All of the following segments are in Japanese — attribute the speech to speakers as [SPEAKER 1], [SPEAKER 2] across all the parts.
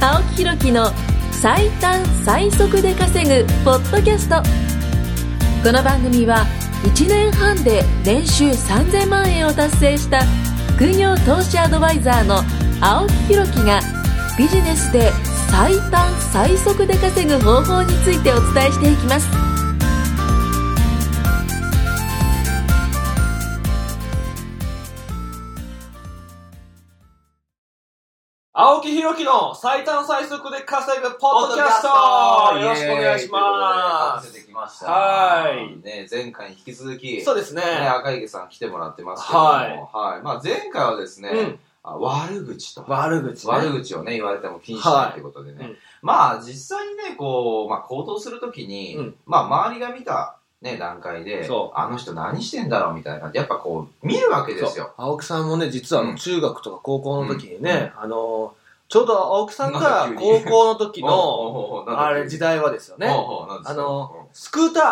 [SPEAKER 1] 青木ひろきの最短最速で稼ぐポッドキャストこの番組は1年半で年収3000万円を達成した副業投資アドバイザーの青木ひろきがビジネスで最短最速で稼ぐ方法についてお伝えしていきます
[SPEAKER 2] 青木ひろきの最短最速で稼ぐポッドキャストよろしくお願いします。
[SPEAKER 3] 出てきました。
[SPEAKER 2] はい
[SPEAKER 3] ね、前回に引き続き、
[SPEAKER 2] そうですね。
[SPEAKER 3] ね、赤池さん来てもらってますけども、
[SPEAKER 2] はい
[SPEAKER 3] はい。まあ前回はですね、
[SPEAKER 2] うん
[SPEAKER 3] あ悪口と。
[SPEAKER 2] 悪口ね。
[SPEAKER 3] 悪口をね、言われても禁止だってことでね。
[SPEAKER 2] はいうん
[SPEAKER 3] まあ、実際にね、こう、まあ、行動するときに、
[SPEAKER 2] うん
[SPEAKER 3] まあ、周りが見た、ね、段階で
[SPEAKER 2] そ、
[SPEAKER 3] あの人何してんだろうみたいな、やっぱこう、見るわけですよ。
[SPEAKER 4] 青木さんもね、実はあ
[SPEAKER 3] う
[SPEAKER 4] の
[SPEAKER 3] ん
[SPEAKER 4] 中学とか高校の時にね、あの、ちょうど青木さんが
[SPEAKER 3] なんか急
[SPEAKER 4] 高
[SPEAKER 3] に
[SPEAKER 4] 校の時の、
[SPEAKER 3] の
[SPEAKER 4] あれ時代はですよね。あの、スクーター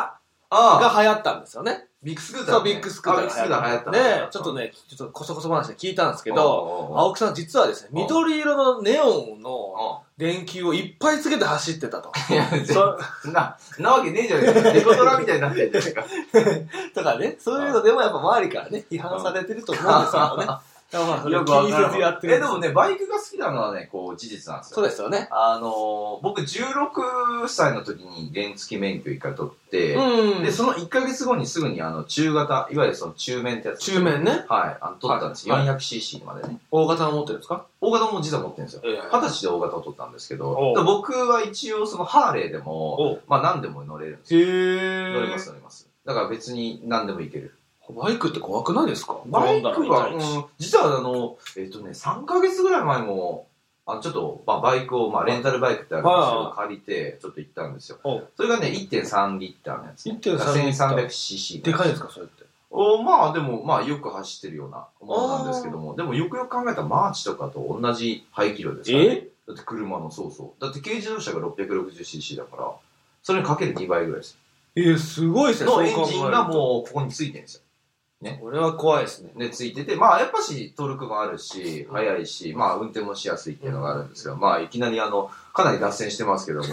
[SPEAKER 3] ああ、
[SPEAKER 4] が流行ったんですよね。
[SPEAKER 3] ビッグスクーター、
[SPEAKER 4] そう、ビッグスクーター
[SPEAKER 3] あビッグスクーター流行ったん
[SPEAKER 4] ね
[SPEAKER 3] だ
[SPEAKER 4] ちょっと、ね、ちょっとこそこそ話で聞いたんですけ
[SPEAKER 3] け
[SPEAKER 4] ど、
[SPEAKER 3] ど、
[SPEAKER 4] 青木さん実はですね、
[SPEAKER 3] うん
[SPEAKER 4] 緑色のネオンの
[SPEAKER 3] 青
[SPEAKER 4] 電球をいっぱいつけて走って たと。
[SPEAKER 3] いや、全然
[SPEAKER 4] そ
[SPEAKER 3] な、なわけねえじゃねえか。デコトラみたい になってるじゃねえか。
[SPEAKER 4] とかね、そういうのでもやっぱ周りからね、批判されてると思うんですけどね。だからま あそれを気にせずやってる
[SPEAKER 3] え、でもね、バイクが好きなのはね、こう、事実なんですよ。
[SPEAKER 4] そうですよね。
[SPEAKER 3] あのー、僕16歳の時に原付免許一回取って、
[SPEAKER 4] うん
[SPEAKER 3] で、。その1ヶ月後にすぐにあの中型、いわゆるその中免ってやつ。
[SPEAKER 4] 中面ね、
[SPEAKER 3] はい、あの取ったんですよ。
[SPEAKER 4] はい
[SPEAKER 3] 400cc までね。
[SPEAKER 4] 大型の持ってるんですか
[SPEAKER 3] 大型も実は持ってるんですよ。
[SPEAKER 4] ええ
[SPEAKER 3] 二十歳で大型を取ったんですけ
[SPEAKER 2] おう、
[SPEAKER 3] どで僕は一応そのハーレーで
[SPEAKER 2] お
[SPEAKER 3] も
[SPEAKER 2] う、
[SPEAKER 3] まあ何でも乗れるんですよ。
[SPEAKER 4] へー
[SPEAKER 3] 乗れます乗れます。だから別に何でもいける。
[SPEAKER 4] バイクって怖くないですか
[SPEAKER 3] バイク
[SPEAKER 2] 転んだ
[SPEAKER 3] は、
[SPEAKER 2] ら痛いし
[SPEAKER 3] うん実はあの、えっ、とね、3ヶ月ぐらい前も、あのちょっと、まあ、バイクを、まあ、レンタルバイクってあるんですけど、借りて、ちょっと行ったんですよ
[SPEAKER 2] おう。
[SPEAKER 3] それがね、1.3リッターのやつ、ね。
[SPEAKER 4] 1.3リッター
[SPEAKER 3] 1300cc。
[SPEAKER 4] でかいですかそれって。
[SPEAKER 3] おまあ、でも、まあ、よく走ってるようなものなんですけども、でも、よくよく考えたら、マーチとかと同じ排気量ですから、ね。だって、車の、そうそう。だって、軽自動車が 660cc だから、それにかける2倍ぐらいです。
[SPEAKER 4] えー、すごいですね。
[SPEAKER 3] のエンジンが
[SPEAKER 4] う。
[SPEAKER 3] もう、ここについてるんですよ。
[SPEAKER 4] これは怖いですね。
[SPEAKER 3] で、ついてて、まあ、やっぱし、トルクもあるし、速いし、まあ、運転もしやすいっていうのがあるんですが、まあ、いきなり、あの、かなり脱線してますけ ども、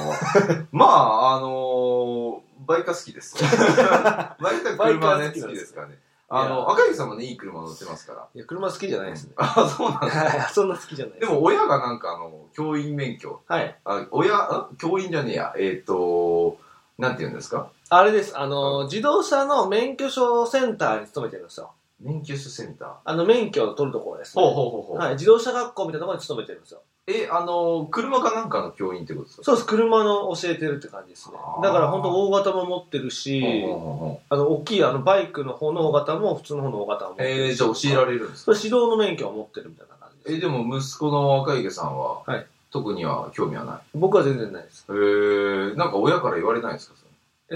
[SPEAKER 3] まあ、あのーバイクは好 きです。バイクは車はね、
[SPEAKER 4] バイクは好き
[SPEAKER 3] 好
[SPEAKER 4] なんです
[SPEAKER 3] きですからね。あ
[SPEAKER 4] いや
[SPEAKER 3] の、赤池さんもね、いい車乗ってますから。。
[SPEAKER 4] いや、車好きじゃないですね
[SPEAKER 3] あ、そうなんだ。
[SPEAKER 4] そんな好きじゃない
[SPEAKER 3] で
[SPEAKER 4] です。
[SPEAKER 3] も、親がなんか、あの、教員免許、
[SPEAKER 4] はい。
[SPEAKER 3] あ親、ん教員じゃねえや、えっ、と、なんて言うんですか
[SPEAKER 4] あれです。あのー、自動車の免許証センターに勤めてるんですよ。
[SPEAKER 3] 免許センター。
[SPEAKER 4] あの、免許を取るところです、ね。
[SPEAKER 3] ほうほうほうほう。
[SPEAKER 4] はい。自動車学校みたいなところに勤めてるんですよ。
[SPEAKER 3] え、あの車かなんかの教員ってことですか
[SPEAKER 4] そうです。車の教えてるって感じですね
[SPEAKER 3] あー。
[SPEAKER 4] だから本当大型も持ってるし、
[SPEAKER 3] ほうほうほうほう
[SPEAKER 4] あの、大きいあの、バイクの方の大型も普通の方の大型も持ってる。
[SPEAKER 3] えー、じゃあ教えられるんですか
[SPEAKER 4] それ指導の免許を持ってるみたいな感じです。
[SPEAKER 3] えーでも息子の赤池さんは、
[SPEAKER 4] はい
[SPEAKER 3] 特には興味はない。
[SPEAKER 4] 僕は全然ないです。
[SPEAKER 3] えー、なんか親から言われないんですかそ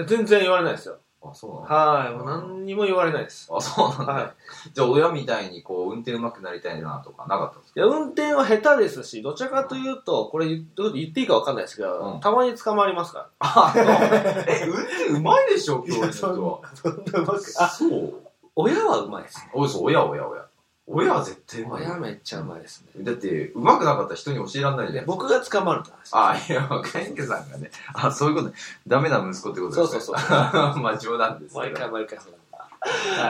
[SPEAKER 4] いや全然言われないですよ。
[SPEAKER 3] れあ、そうなの、
[SPEAKER 4] はい。もう何にも言われないです。
[SPEAKER 3] あ、そうなの
[SPEAKER 4] は
[SPEAKER 3] じゃあ親みたいにこう、運転上手くなりたいなとかなかったんです
[SPEAKER 4] い。いや、運転は下手ですし、どちらかというと、これ言う言っていいかわかんないですけど、
[SPEAKER 3] うん
[SPEAKER 4] たまに捕まりますか
[SPEAKER 3] か え、運転上手いでしょ教員の人は。
[SPEAKER 4] ら。そ んなま
[SPEAKER 3] あ、そう
[SPEAKER 4] 親はうまいですね。
[SPEAKER 3] おいそう、親、親、親。親は絶対上手い
[SPEAKER 4] 親。めっちゃうまいですね。
[SPEAKER 3] だって、上手くなかったら人に教えられないじゃん。
[SPEAKER 4] 僕が捕まると話です。
[SPEAKER 3] あ、いや、赤池さんがね、あ、そういうことね、ダメな息子ってこと
[SPEAKER 4] そう
[SPEAKER 3] です
[SPEAKER 4] そう
[SPEAKER 3] ね。
[SPEAKER 4] そう。
[SPEAKER 3] う。 まあ冗談ですけど。
[SPEAKER 4] 毎回毎回そうなん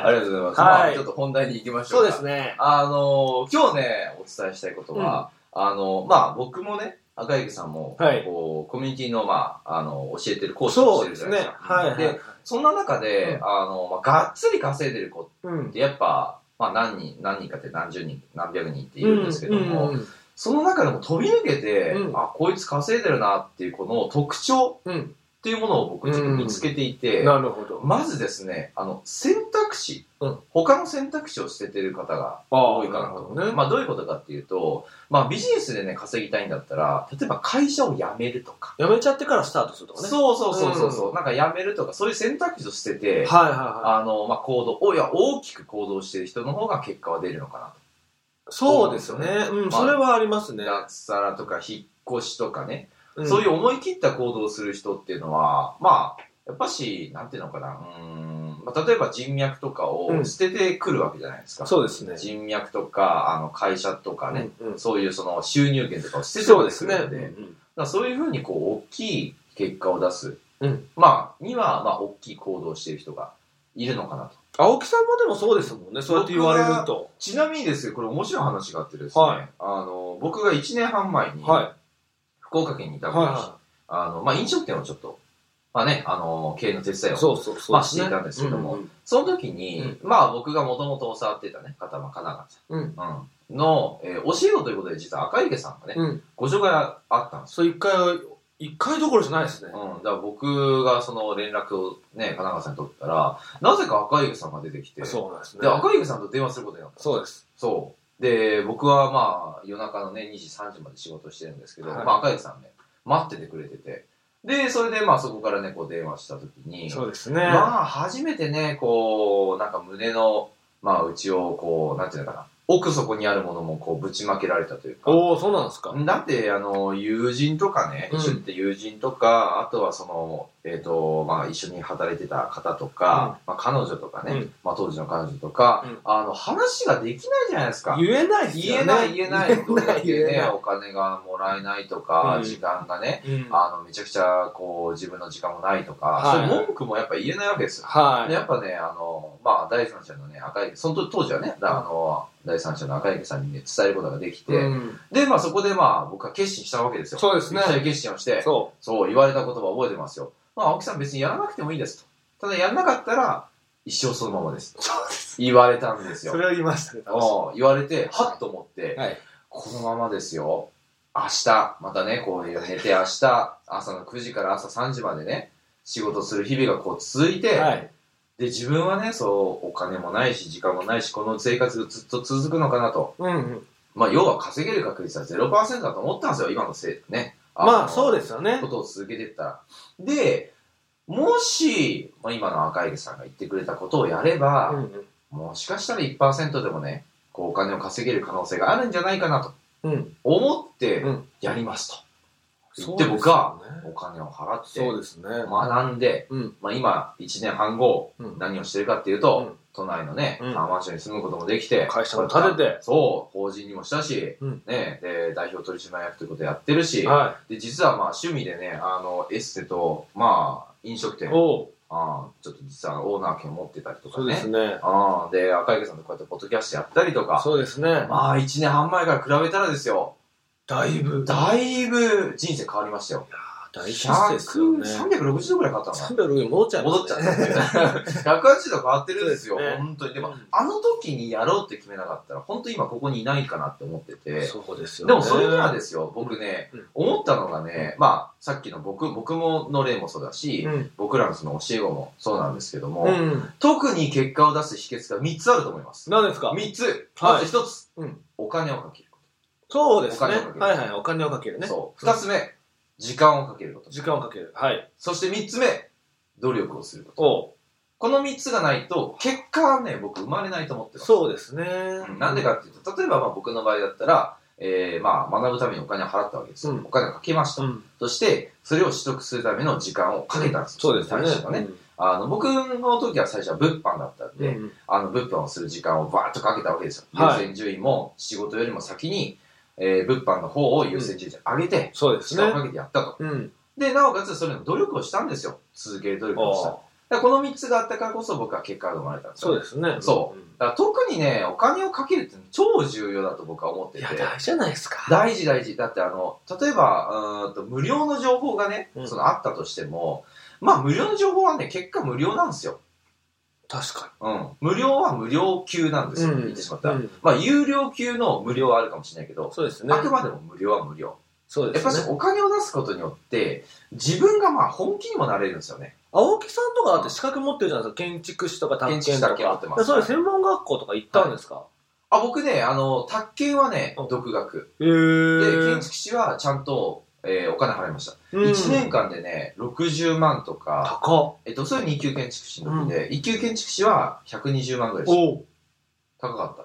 [SPEAKER 4] だ。
[SPEAKER 3] ありがとうございます。
[SPEAKER 4] はい
[SPEAKER 3] まあちょっと本題に行きましょ
[SPEAKER 4] そ
[SPEAKER 3] う
[SPEAKER 4] う
[SPEAKER 3] か。
[SPEAKER 4] ですね。
[SPEAKER 3] あの今日ね、お伝えしたいことは、あのまあ僕もね、赤池さんも、
[SPEAKER 4] はい
[SPEAKER 3] こう、コミュニティの、まあ、あの、教えてる講師をし
[SPEAKER 4] そ
[SPEAKER 3] て
[SPEAKER 4] う
[SPEAKER 3] る
[SPEAKER 4] で
[SPEAKER 3] じ
[SPEAKER 4] す
[SPEAKER 3] ゃない
[SPEAKER 4] ね。
[SPEAKER 3] ですか。
[SPEAKER 4] はいはいはい
[SPEAKER 3] で、。そんな中で、
[SPEAKER 4] う
[SPEAKER 3] あの、まあ、がっつり稼いでる子
[SPEAKER 4] うん
[SPEAKER 3] っ。て、やっぱ、まあ何人、何人かって何十人、何百人っているんですけども、
[SPEAKER 4] うんうん
[SPEAKER 3] その中でも飛び抜けて、
[SPEAKER 4] うん
[SPEAKER 3] あ、こいつ稼いでるなっていう、この特徴
[SPEAKER 4] うんうん
[SPEAKER 3] っていうものを僕ちょっと見つけていて、
[SPEAKER 4] なるほど。
[SPEAKER 3] まずですね、あの、選択肢、
[SPEAKER 4] うん
[SPEAKER 3] 他の選択肢を捨ててる方が多いかなと。
[SPEAKER 4] なるほどね
[SPEAKER 3] まあ、どういうことかっていうと、まあ、ビジネスでね、稼ぎたいんだったら、例えば会社を辞めるとか。
[SPEAKER 4] やめちゃってからスタートするとかね。
[SPEAKER 3] そうそうそうそうそう、なんか辞めるとか、そういう選択肢を捨てて、
[SPEAKER 4] はいはいはい。
[SPEAKER 3] あの、まあ、行動、おいや、大きく行動してる人の方が結果は出るのかなと。
[SPEAKER 4] そうですよね。うん、
[SPEAKER 3] まあ
[SPEAKER 4] それはありますね。
[SPEAKER 3] 脱サラとか、引っ越しとかね、
[SPEAKER 4] うん
[SPEAKER 3] そういう思い切った行動をする人っていうのは、まあ、やっぱし、なんていうのかな、うーん、まあ、例えば人脈とかを捨ててくるわけじゃないですか。
[SPEAKER 4] そうですね。
[SPEAKER 3] 人脈とか、あの、会社とかね、
[SPEAKER 4] うんうん
[SPEAKER 3] そういうその収入源とかを捨てて
[SPEAKER 4] そう
[SPEAKER 3] く
[SPEAKER 4] で
[SPEAKER 3] る
[SPEAKER 4] す
[SPEAKER 3] す
[SPEAKER 4] ね。
[SPEAKER 3] ね。
[SPEAKER 4] う
[SPEAKER 3] だか
[SPEAKER 4] ん
[SPEAKER 3] らそういうふうにこう、大きい結果を出す。
[SPEAKER 4] うん
[SPEAKER 3] まあ、には、まあ、大きい行動をしている人がいるのかなと。
[SPEAKER 4] 青木さんもでもそうですもんね、そうやって言われると。
[SPEAKER 3] ちなみにですよ、これ面白い話があってですね、
[SPEAKER 4] はい
[SPEAKER 3] あの、僕が1年半前に、
[SPEAKER 4] は
[SPEAKER 3] 福岡県にいた
[SPEAKER 4] い。
[SPEAKER 3] 時に、
[SPEAKER 4] は
[SPEAKER 3] あの、まあ、飲食店をちょっと、まあね、あの、経営の手伝い
[SPEAKER 4] い。
[SPEAKER 3] を
[SPEAKER 4] そうそうそう。
[SPEAKER 3] まあしていたんですけども
[SPEAKER 4] うんうん
[SPEAKER 3] その時に、まあ僕がもともと教わってたね、方は神奈
[SPEAKER 4] うん。
[SPEAKER 3] 川さん。うん。の、えー、教え子ということで実は赤池さんがね、
[SPEAKER 4] うん。
[SPEAKER 3] ご助会あったんです
[SPEAKER 4] そ
[SPEAKER 3] よ。
[SPEAKER 4] う、一回、一回どころじゃないですね。
[SPEAKER 3] うん。だから僕がその連絡をね、神奈川さんに取ったら、なぜか赤池さんが出てきて、
[SPEAKER 4] そうなんですね
[SPEAKER 3] で、。赤池さんと電話することになった。
[SPEAKER 4] そうです。
[SPEAKER 3] そう。で、僕はまあ夜中のね、2時、3時まで仕事してるんですけど、
[SPEAKER 4] はい
[SPEAKER 3] まあ赤池さんね、待っててくれてて、で、それでまあそこからね、こう電話した時に、
[SPEAKER 4] そうですね。
[SPEAKER 3] まあ、初めてね、こう、なんか胸の、まあ、内を、こう、なんていうのかな、奥底にあるものも、こう、ぶちまけられたというか。
[SPEAKER 4] おおそうなんですか。
[SPEAKER 3] だって、あの、友人とかね、
[SPEAKER 4] うん
[SPEAKER 3] 一緒に行って友人とか、あとはその、えっ、と、まあ、一緒に働いてた方とか、まあ、彼女とかね、
[SPEAKER 4] うん
[SPEAKER 3] まあ、当時の彼女とか、
[SPEAKER 4] うん
[SPEAKER 3] あの、話ができないじゃないですか。
[SPEAKER 4] 言えないですよ
[SPEAKER 3] 言
[SPEAKER 4] ね
[SPEAKER 3] えない、言えない。どれだけ
[SPEAKER 4] 言え
[SPEAKER 3] ね
[SPEAKER 4] な、い
[SPEAKER 3] お金がもらえないとか、
[SPEAKER 4] うん
[SPEAKER 3] 時間がね、
[SPEAKER 4] うん
[SPEAKER 3] あの、めちゃくちゃ、こう、自分の時間もないとか、
[SPEAKER 4] はい
[SPEAKER 3] そういう文句もやっぱ言えないわけですよ。で
[SPEAKER 4] は
[SPEAKER 3] やっぱね、あの、まあ、第三者のね、赤池、その当時はね、だあの、第三者の赤池さんにね、伝えることができ
[SPEAKER 4] い。
[SPEAKER 3] て、
[SPEAKER 4] うん。
[SPEAKER 3] で、まあ、そこでまあ、僕は決心したわけですよ。
[SPEAKER 4] そうですね
[SPEAKER 3] 一切決心をして、そう、
[SPEAKER 4] そ
[SPEAKER 3] 言われた言葉を覚えてますよ。まあ、青木さん別にやらなくてもいいですと。ただ、やらなかったら、一生そのままです。
[SPEAKER 4] う。そうです。
[SPEAKER 3] 言われたんです
[SPEAKER 4] そ
[SPEAKER 3] よ。
[SPEAKER 4] れは言いましたね。
[SPEAKER 3] うん言われて、はっと思って、
[SPEAKER 4] はい。
[SPEAKER 3] このままですよ。明日、またね、こういう寝て、明日、朝の9時から朝3時までね、仕事する日々がこう続いて、
[SPEAKER 4] はい。
[SPEAKER 3] で、自分はね、そう、お金もないし、時間もないし、この生活がずっと続くのかなと。
[SPEAKER 4] うんうん。
[SPEAKER 3] まあ、要は稼げる確率は0%だと思ったんですよ、今のせいね。
[SPEAKER 4] まあ、そう
[SPEAKER 3] で
[SPEAKER 4] ですよね
[SPEAKER 3] こ。とを続けてったら。で、もし、まあ、今の赤池さんが言ってくれたことをやれ
[SPEAKER 4] うんう
[SPEAKER 3] ば、
[SPEAKER 4] ん
[SPEAKER 3] もしかしたら1%でもね、こう、お金を稼げる可能性があるんじゃないかなと
[SPEAKER 4] うん。
[SPEAKER 3] 思って
[SPEAKER 4] うん、
[SPEAKER 3] やりますと。
[SPEAKER 4] そうで
[SPEAKER 3] で
[SPEAKER 4] すよね
[SPEAKER 3] 僕はお金を払って、
[SPEAKER 4] そうですね。
[SPEAKER 3] 学んで、
[SPEAKER 4] うん
[SPEAKER 3] まあ、今、1年半後、
[SPEAKER 4] うん
[SPEAKER 3] 何をしてるかっていうと、
[SPEAKER 4] うん
[SPEAKER 3] 都内のね、
[SPEAKER 4] うん
[SPEAKER 3] タワーマンションに住むこともできて、
[SPEAKER 4] 会社も立てて
[SPEAKER 3] そう、法人にもしたし、
[SPEAKER 4] うん
[SPEAKER 3] ね、で、代表取締役ということやってるし、
[SPEAKER 4] は
[SPEAKER 3] で、実はまあ趣味でね、あの、エステと、まあ、飲食
[SPEAKER 4] い。
[SPEAKER 3] 店、
[SPEAKER 4] おう
[SPEAKER 3] あーちょっと実はオーナー権持ってたりとか
[SPEAKER 4] そうで
[SPEAKER 3] ね。
[SPEAKER 4] すね。
[SPEAKER 3] あーで、赤池さんとこうやってポッドキャストやったりとか、
[SPEAKER 4] そうですね。
[SPEAKER 3] まあ、1年半前から比べたらですよ、
[SPEAKER 4] だいぶ。
[SPEAKER 3] だいぶ人生変わりましたよ。
[SPEAKER 4] 大
[SPEAKER 3] 100
[SPEAKER 4] ヒットですよね。
[SPEAKER 3] 360度くらい変わったのかな
[SPEAKER 4] 360戻っちゃいますね
[SPEAKER 3] 戻っちゃった んで180度変わってるんですよ、
[SPEAKER 4] そうですね
[SPEAKER 3] 本当にでも、
[SPEAKER 4] うん
[SPEAKER 3] あの時にやろうって決めなかったら本当に今ここにいないかなって思ってて
[SPEAKER 4] そうですよね。
[SPEAKER 3] でもそれならですよ僕ね、
[SPEAKER 4] うん
[SPEAKER 3] 思ったのがね、まあさっきの僕僕もの例もそうだし、
[SPEAKER 4] うん。
[SPEAKER 3] 僕らのその教え子もそうなんですけども、
[SPEAKER 4] うん。
[SPEAKER 3] 特に結果を出す秘訣が3つあると思います
[SPEAKER 4] 何ですか
[SPEAKER 3] 3つ
[SPEAKER 4] はい
[SPEAKER 3] まず1つ、
[SPEAKER 4] うん
[SPEAKER 3] お金をかけるこ
[SPEAKER 4] そうですね。
[SPEAKER 3] お
[SPEAKER 4] は
[SPEAKER 3] 金をかけ
[SPEAKER 4] いは
[SPEAKER 3] る
[SPEAKER 4] い。お金をかける
[SPEAKER 3] と、
[SPEAKER 4] ね。
[SPEAKER 3] そう2つ目、時間をかけること
[SPEAKER 4] 時間をかける。はい。
[SPEAKER 3] そして3つ目努力をすること
[SPEAKER 4] おう
[SPEAKER 3] この3つがないと結果はね僕生まれないと思ってます
[SPEAKER 4] そうですね
[SPEAKER 3] うん。なんでかっていうと、例えばまあ僕の場合だったら、えーまあ学ぶためにお金を払ったわけですよ。
[SPEAKER 4] うん
[SPEAKER 3] お金をかけました。
[SPEAKER 4] うん。
[SPEAKER 3] そして、それを取得するための時間をかけたんですよ。
[SPEAKER 4] そうですね
[SPEAKER 3] 最初はね。あの、僕の時は最初は物販だったん
[SPEAKER 4] う
[SPEAKER 3] で、
[SPEAKER 4] ん。
[SPEAKER 3] あの、物販をする時間をバーッとかけたわけですよ。
[SPEAKER 4] はい
[SPEAKER 3] 優先順位も仕事よりも先に、えー物販の方を優先順位で上げて、
[SPEAKER 4] そうです
[SPEAKER 3] 時
[SPEAKER 4] ね
[SPEAKER 3] 間を。かけてやったと。
[SPEAKER 4] うん。
[SPEAKER 3] で、なおかつそれの努力をしたんですよ。続ける努力をした。だ
[SPEAKER 4] お
[SPEAKER 3] か
[SPEAKER 4] う
[SPEAKER 3] らこの3つがあったからこそ僕は結果が生まれたんですよ
[SPEAKER 4] そうですね。
[SPEAKER 3] そうだから特にね、お金をかけるって超重要だと僕は思っ
[SPEAKER 4] ん。
[SPEAKER 3] て
[SPEAKER 4] い
[SPEAKER 3] て
[SPEAKER 4] や、。大事じゃないですか。
[SPEAKER 3] 大事大事。だってあの、例えば、うーんと無料の情報がね、
[SPEAKER 4] うん
[SPEAKER 3] そのあったとしても、まあ無料の情報はね、結果無料なんですよ。
[SPEAKER 4] 確か
[SPEAKER 3] うん。無料は無料級なんです
[SPEAKER 4] に。
[SPEAKER 3] よ。言ってしまったら。
[SPEAKER 4] うん
[SPEAKER 3] まあ有料級の無料はあるかもしれないけど、
[SPEAKER 4] そうですね
[SPEAKER 3] あ。くまでも無料は無料。
[SPEAKER 4] そう
[SPEAKER 3] や
[SPEAKER 4] で
[SPEAKER 3] っぱ
[SPEAKER 4] す
[SPEAKER 3] し
[SPEAKER 4] ね。
[SPEAKER 3] お金を出すことによって、自分がまあ本気にもなれるんですよね。
[SPEAKER 4] 青木さんとかだって資格持ってるじゃないですか。建築士とか
[SPEAKER 3] 建
[SPEAKER 4] 探
[SPEAKER 3] 築士
[SPEAKER 4] 検
[SPEAKER 3] だ
[SPEAKER 4] と
[SPEAKER 3] け持っ
[SPEAKER 4] か。
[SPEAKER 3] てます。
[SPEAKER 4] それ専門学校とか行ったんですか
[SPEAKER 3] あ、僕ね、あの、宅建はね
[SPEAKER 4] うん、
[SPEAKER 3] 独学。
[SPEAKER 4] へ
[SPEAKER 3] で、
[SPEAKER 4] え
[SPEAKER 3] 建。築士はちゃんと、えーお金払いました。
[SPEAKER 4] うん
[SPEAKER 3] 1年間でね、60万とか、
[SPEAKER 4] 高
[SPEAKER 3] えっと、それ2級建築士の時で、1級建築士は120万ぐらいでした。
[SPEAKER 4] お
[SPEAKER 3] 高かった。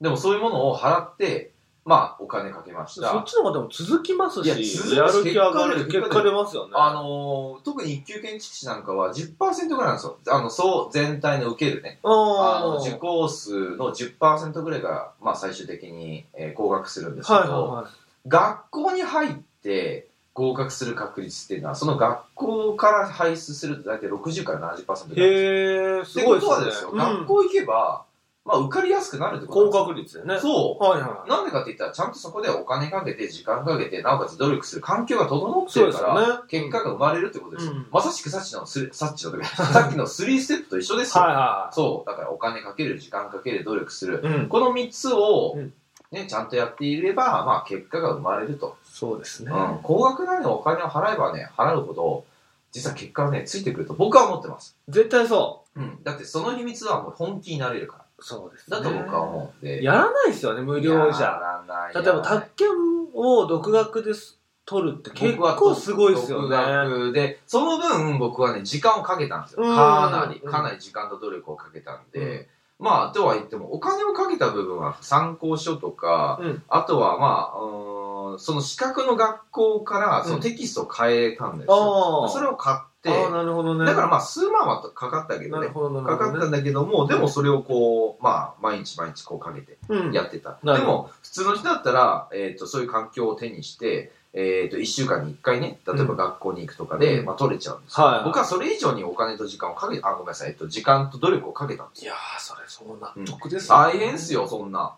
[SPEAKER 3] でもそういうものを払って、まあ、お金かけま
[SPEAKER 4] そ
[SPEAKER 3] し。
[SPEAKER 4] ったちの方がでも続きます
[SPEAKER 3] いや
[SPEAKER 4] し、
[SPEAKER 3] 続き
[SPEAKER 4] や
[SPEAKER 3] ます
[SPEAKER 4] る気上がる
[SPEAKER 3] 結果
[SPEAKER 4] 結果出ますよね。
[SPEAKER 3] あのー特に一級建築士なんかは10%ぐらいなんですよ。あの、そう、全体の受けるね。あの、
[SPEAKER 4] あ
[SPEAKER 3] 受講数の10%ぐらいが、まあ、最終的に、えー合格するんですけど、
[SPEAKER 4] はいは
[SPEAKER 3] 学校に入って合格する確率っていうのは、その学校から輩出すると大体60から70%ぐらいなん
[SPEAKER 4] いはい。
[SPEAKER 3] ですよ。
[SPEAKER 4] へえ、す
[SPEAKER 3] って
[SPEAKER 4] ごいで
[SPEAKER 3] こと
[SPEAKER 4] す
[SPEAKER 3] は
[SPEAKER 4] ね。
[SPEAKER 3] ですよ、
[SPEAKER 4] うん
[SPEAKER 3] 学校行けば、まあ、受かりやすくなるってことなん
[SPEAKER 4] 高
[SPEAKER 3] ですよ
[SPEAKER 4] 確率でね。
[SPEAKER 3] そう。
[SPEAKER 4] はいはい。
[SPEAKER 3] なんでかって言ったら、ちゃんとそこでお金かけて、時間かけて、なおかつ努力する環境が整ってるか
[SPEAKER 4] そ
[SPEAKER 3] ら、
[SPEAKER 4] うですよね
[SPEAKER 3] 結果が生まれるってことですよ。
[SPEAKER 4] うん
[SPEAKER 3] まさしくさっきのスリ、さっきの時、 さっきの3ステップと一緒ですよ。
[SPEAKER 4] はいは
[SPEAKER 3] そう。だからお金かける、時間かける、努力す
[SPEAKER 4] い。
[SPEAKER 3] る。
[SPEAKER 4] うん。
[SPEAKER 3] この3つを
[SPEAKER 4] うん、
[SPEAKER 3] ね、ちゃんとやっていれば、まあ結果が生まれると。
[SPEAKER 4] そうですね。
[SPEAKER 3] うん。高額なね、お金を払えばね、払うほど、実は結果がね、ついてくると僕は思ってます。
[SPEAKER 4] 絶対そ
[SPEAKER 3] うん。だってその秘密はもう本気になれるか
[SPEAKER 4] う。そうです
[SPEAKER 3] ら。だと僕は思うんで。
[SPEAKER 4] やらないですよね、無料じゃ。
[SPEAKER 3] ゃ。
[SPEAKER 4] 例えば、宅建を独学です取るって結構すごいですよ
[SPEAKER 3] 独
[SPEAKER 4] ね。
[SPEAKER 3] 学で、その分僕はね、時間をかけたんですよ。
[SPEAKER 4] うん
[SPEAKER 3] かなり、かなり時間と努力をかけたんで、まあ、とは言っても、お金をかけた部分は参考書とか、
[SPEAKER 4] うん
[SPEAKER 3] あとはまあ、うーんその資格の学校からそのテキストを変えたんですよ。
[SPEAKER 4] ああ。
[SPEAKER 3] それを買って、
[SPEAKER 4] ああ、なるほどね。
[SPEAKER 3] だからまあ、数万はかかったけど
[SPEAKER 4] な
[SPEAKER 3] ね
[SPEAKER 4] る。ほど、なる
[SPEAKER 3] か
[SPEAKER 4] ほ
[SPEAKER 3] かった
[SPEAKER 4] ど
[SPEAKER 3] ん
[SPEAKER 4] ね。
[SPEAKER 3] だけども、でもそれをこう、まあ、毎日毎日こうかけて
[SPEAKER 4] うん。
[SPEAKER 3] やってた。
[SPEAKER 4] な
[SPEAKER 3] で
[SPEAKER 4] るほど
[SPEAKER 3] も、普通の人だったら、えっ、と、そういう環境を手にして、えっ、と、1週間に1回ね、例えば学校に行くとかで、
[SPEAKER 4] うん
[SPEAKER 3] まあ、取れちゃうんですよ。
[SPEAKER 4] はい。
[SPEAKER 3] 僕はそれ以上にお金と時間をかけ、あ、ごめんなさい、えっと、時間と努力をかけたんです
[SPEAKER 4] い
[SPEAKER 3] よ。
[SPEAKER 4] やー、それ、そう納得ですよね
[SPEAKER 3] 大変っすよ、そんな。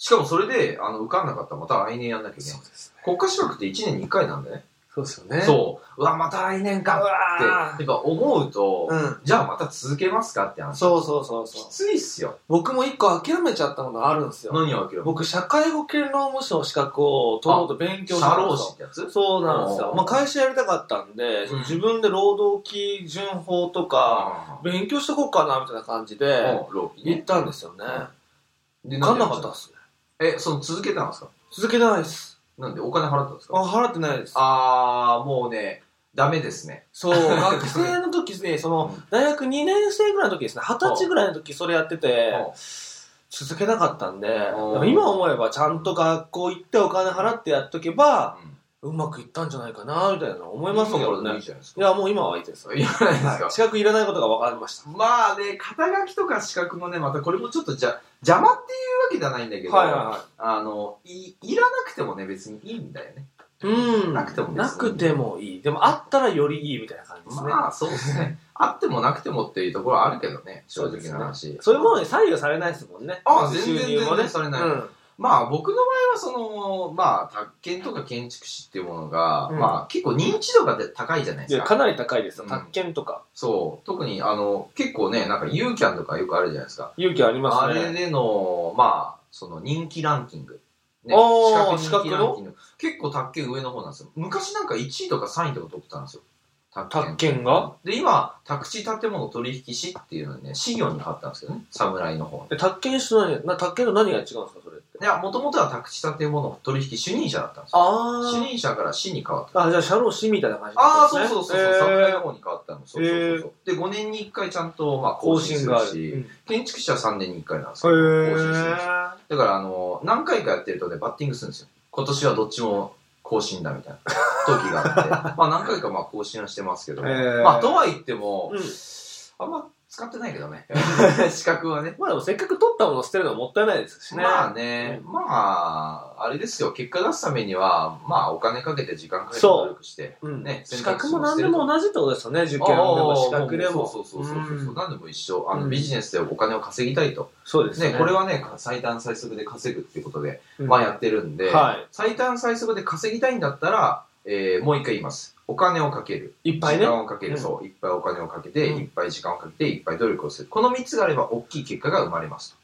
[SPEAKER 3] しかもそれで、あの、受かんなかったらまた来年やんなきゃいけない
[SPEAKER 4] そう。ですね。
[SPEAKER 3] 国家資格って1年に1回なんでね。
[SPEAKER 4] そうですよね。
[SPEAKER 3] そう。うわ、また来年
[SPEAKER 4] う
[SPEAKER 3] か
[SPEAKER 4] わ
[SPEAKER 3] って、やっぱ思うと、
[SPEAKER 4] ーうん。
[SPEAKER 3] じゃあまた続けますかって話。
[SPEAKER 4] そうそうそう
[SPEAKER 3] き
[SPEAKER 4] そう。
[SPEAKER 3] ついっすよ。
[SPEAKER 4] 僕も一個諦めちゃったのがあるんですよ。
[SPEAKER 3] 何を受ける
[SPEAKER 4] 僕、社会保険労務士の資格を取ろうと勉強した
[SPEAKER 3] 社
[SPEAKER 4] ん
[SPEAKER 3] 労
[SPEAKER 4] で
[SPEAKER 3] 士っ
[SPEAKER 4] す
[SPEAKER 3] てやつ
[SPEAKER 4] よ。そうなんですよ
[SPEAKER 3] お。ー
[SPEAKER 4] まあ、会社やりたかったんで、
[SPEAKER 3] うん
[SPEAKER 4] 自分で労働基準法とか、
[SPEAKER 3] あ
[SPEAKER 4] 勉強しとこうかな、みたいな感じ
[SPEAKER 3] あ。
[SPEAKER 4] で、
[SPEAKER 3] うん労基
[SPEAKER 4] 行
[SPEAKER 3] ね
[SPEAKER 4] っ。たんですよね。
[SPEAKER 3] で
[SPEAKER 4] 受かんなかったっすね。
[SPEAKER 3] え、その続けたんですか
[SPEAKER 4] 続けてないです。
[SPEAKER 3] なんでお金払ったんですか
[SPEAKER 4] あ、払ってないです。
[SPEAKER 3] あー、もうね、ダメですね。
[SPEAKER 4] そう、 学生の時ですね、その
[SPEAKER 3] うん、
[SPEAKER 4] 大学2年生ぐらいの時ですね、20歳ぐらいの時それやってて、続けなかったんで、
[SPEAKER 3] うん
[SPEAKER 4] 今思えばちゃんと学校行ってお金払ってやっとけば、
[SPEAKER 3] うん
[SPEAKER 4] うまくいったんじゃないかな、みたいなの思いますけど
[SPEAKER 3] 今からでもい
[SPEAKER 4] ね
[SPEAKER 3] い。じゃないです
[SPEAKER 4] い
[SPEAKER 3] か。
[SPEAKER 4] や、もう今はいいです。
[SPEAKER 3] いらないですか。
[SPEAKER 4] 資格いらないことが分かりました。
[SPEAKER 3] まあね、肩書きとか資格もね、またこれもちょっとじゃ邪魔っていうわけじゃないんだけど、
[SPEAKER 4] はいはいは
[SPEAKER 3] あのい、いらなくてもね、別にいいんだよね。
[SPEAKER 4] い。うん。
[SPEAKER 3] なくても別に
[SPEAKER 4] なくてもいい。でも、あったらよりいいみたいな感じですね。
[SPEAKER 3] まあそうですね。あってもなくてもっていうところはあるけどね、正直な話。
[SPEAKER 4] そういうものに左右されないですもんね。
[SPEAKER 3] ああ全然
[SPEAKER 4] 収入もね
[SPEAKER 3] 全然されない
[SPEAKER 4] うん
[SPEAKER 3] まあ僕の場合はその、まあ、宅建とか建築士っていうものが、
[SPEAKER 4] うん
[SPEAKER 3] まあ結構認知度が高いじゃない
[SPEAKER 4] い
[SPEAKER 3] です
[SPEAKER 4] や、
[SPEAKER 3] か。
[SPEAKER 4] かなり高いですよ。
[SPEAKER 3] うん
[SPEAKER 4] 宅建とか、
[SPEAKER 3] そう。特に、あの、結構ね、なんか U キャンとかよくあるじゃないですか。
[SPEAKER 4] 勇気ありま
[SPEAKER 3] あ
[SPEAKER 4] すね。
[SPEAKER 3] れでの、まあ、その人気ランキング。ね
[SPEAKER 4] あー
[SPEAKER 3] 人気ランキング結構卓球上の方なんですよ。昔なんか1位とか3位とか取ってたんですよ。卓
[SPEAKER 4] 宅建が
[SPEAKER 3] で、今、宅地建物取引士っていうのにね、資業に変わったんですけどね、侍の方に。
[SPEAKER 4] え宅建主の何な宅建と何が違うんですか、それって。
[SPEAKER 3] いや、もともとは宅地建物取引主任者だったんですよ。
[SPEAKER 4] あ
[SPEAKER 3] 主任者から市に変わった。
[SPEAKER 4] あ。あ、じゃあ、社労士みたいな感じ
[SPEAKER 3] ああ、そうそうそうそう、侍
[SPEAKER 4] え
[SPEAKER 3] の方に変わったの。そうそうそうそう。で、5年に1回ちゃんと、まあ、更
[SPEAKER 4] 更
[SPEAKER 3] 新
[SPEAKER 4] 新
[SPEAKER 3] す
[SPEAKER 4] が
[SPEAKER 3] る
[SPEAKER 4] ある。
[SPEAKER 3] し、
[SPEAKER 4] うん
[SPEAKER 3] 建築士は3年に1回なんですけ
[SPEAKER 4] へ
[SPEAKER 3] ど、
[SPEAKER 4] ー
[SPEAKER 3] 更新するし。だから、あの、何回かやってるとね、バッティングするんですよ。今年はどっちも更新だみ たいな時があって、まあ何回かまあ更新はしてますけど、
[SPEAKER 4] へー
[SPEAKER 3] まあとは言っても、
[SPEAKER 4] うん
[SPEAKER 3] あんま使ってないけどね、 資格はね。
[SPEAKER 4] まあでもせっかく取ったものを捨てるのはもったいないですしね。
[SPEAKER 3] まあね、まあ、あれですよ、結果出すためには、まあお金かけて時間かけて
[SPEAKER 4] そう
[SPEAKER 3] 努力して、
[SPEAKER 4] うん
[SPEAKER 3] ね
[SPEAKER 4] 資格も何でも同じってことですよね。受験で
[SPEAKER 3] あ
[SPEAKER 4] も
[SPEAKER 3] ー
[SPEAKER 4] 資格でも。
[SPEAKER 3] そうそうそうそうそうそう、
[SPEAKER 4] ん
[SPEAKER 3] 何でも一緒。あ
[SPEAKER 4] う
[SPEAKER 3] の
[SPEAKER 4] ん
[SPEAKER 3] ビジネスでお金を稼ぎたいと。
[SPEAKER 4] そうですね。
[SPEAKER 3] ね、これはね、最短最速で稼ぐっていうことで、
[SPEAKER 4] うん
[SPEAKER 3] まあやってるんで、
[SPEAKER 4] はい
[SPEAKER 3] 最短最速で稼ぎたいんだったら、えーもう一回言います。お金をかける。
[SPEAKER 4] いっぱいね
[SPEAKER 3] 時。間をかける。
[SPEAKER 4] うん
[SPEAKER 3] そう。いっぱいお金をかけて、
[SPEAKER 4] うん
[SPEAKER 3] いっぱい時間をかけて、いっぱい努力をする。この3つがあれば大きい結果が生まれます。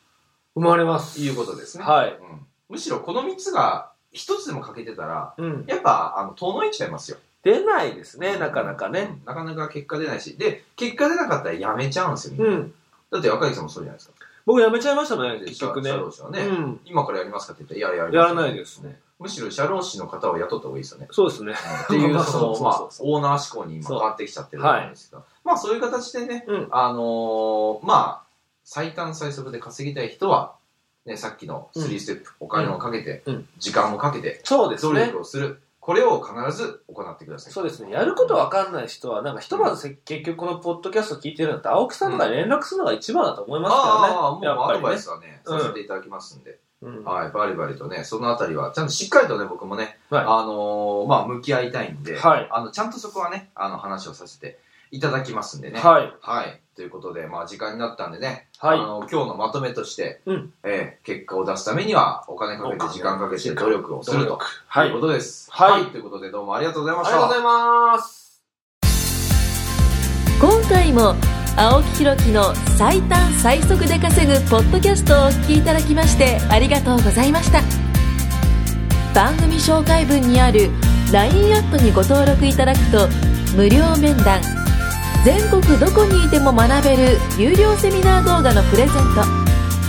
[SPEAKER 4] 生まれます。
[SPEAKER 3] ということですね。
[SPEAKER 4] はい。
[SPEAKER 3] うんむしろこの3つが1つでもかけてたら、
[SPEAKER 4] うん。
[SPEAKER 3] やっぱ、あの、遠のいちゃいますよ。
[SPEAKER 4] 出ないですね、なかなかね。
[SPEAKER 3] うん。なかなか結果出ないし。で、結果出なかったらやめちゃうんですよ、みんな
[SPEAKER 4] うん。
[SPEAKER 3] だって若いさんもそうじゃないですか。
[SPEAKER 4] 僕辞めちゃいましたもんね、結局ね
[SPEAKER 3] 社。労士はね、
[SPEAKER 4] うん。
[SPEAKER 3] 今からやりますかって言ったら、いや、やり
[SPEAKER 4] や
[SPEAKER 3] ませ
[SPEAKER 4] ら
[SPEAKER 3] ん
[SPEAKER 4] ないですね。
[SPEAKER 3] むしろ社労士の方を雇った方がいいですよね。
[SPEAKER 4] そうですね。
[SPEAKER 3] っていう、そ
[SPEAKER 4] そう
[SPEAKER 3] の、
[SPEAKER 4] そう
[SPEAKER 3] ま
[SPEAKER 4] そう、
[SPEAKER 3] あ
[SPEAKER 4] そう
[SPEAKER 3] オーナー志向に今
[SPEAKER 4] そ
[SPEAKER 3] 変
[SPEAKER 4] う
[SPEAKER 3] わってきちゃってると思うんですけど、まあそういう形でね、
[SPEAKER 4] うん
[SPEAKER 3] あのーまあ、最短最速で稼ぎたい人は、ね、さっきの3ステップ、お金をかけて、
[SPEAKER 4] うん
[SPEAKER 3] 時間をかけて、
[SPEAKER 4] そうです
[SPEAKER 3] 努
[SPEAKER 4] ね
[SPEAKER 3] 力。をする。これを必ず行ってください。
[SPEAKER 4] そうですね。やることわかんない人は、なんかひとまずせ結局このポッドキャスト聞いてるんだったら、青木さんとかに連絡するのが一番だと思います
[SPEAKER 3] ああ、
[SPEAKER 4] か
[SPEAKER 3] も
[SPEAKER 4] ら
[SPEAKER 3] う
[SPEAKER 4] ね。やっ
[SPEAKER 3] アド
[SPEAKER 4] ぱ
[SPEAKER 3] バ
[SPEAKER 4] り
[SPEAKER 3] イ
[SPEAKER 4] ね
[SPEAKER 3] スはね、
[SPEAKER 4] うん
[SPEAKER 3] させていただきますんで、
[SPEAKER 4] うん。
[SPEAKER 3] はい、バリバリとね、そのあたりは、ちゃんとしっかりとね、僕もね、
[SPEAKER 4] はい
[SPEAKER 3] あのーまあ、向き合いたいんで、
[SPEAKER 4] はい
[SPEAKER 3] あの、ちゃんとそこはね、あの、話をさせていただきますんでね。い。
[SPEAKER 4] はい。
[SPEAKER 3] ということで、まあ、時間になったんでね、
[SPEAKER 4] はい
[SPEAKER 3] あの、今日のまとめとして、
[SPEAKER 4] うん
[SPEAKER 3] えー結果を出すためには、お金かけて、時間かけて、努力をすると。
[SPEAKER 4] はい
[SPEAKER 3] い。うことです。
[SPEAKER 4] はい
[SPEAKER 3] ということで、どうもありがとうございま
[SPEAKER 2] あ
[SPEAKER 3] し
[SPEAKER 2] りがとうご。
[SPEAKER 3] た
[SPEAKER 2] ざいます。
[SPEAKER 1] 今回も青木ひろきの最短最速で稼ぐポッドキャストをお聞きいただきましてありがとうございました番組紹介文にある LINE アットにご登録いただくと無料面談全国どこにいても学べる有料セミナー動画のプレゼン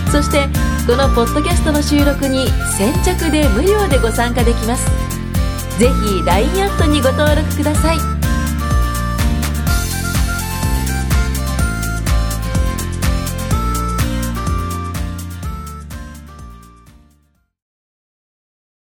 [SPEAKER 1] トそしてこのポッドキャストの収録に先着で無料でご参加できますぜひ LINE アットにご登録ください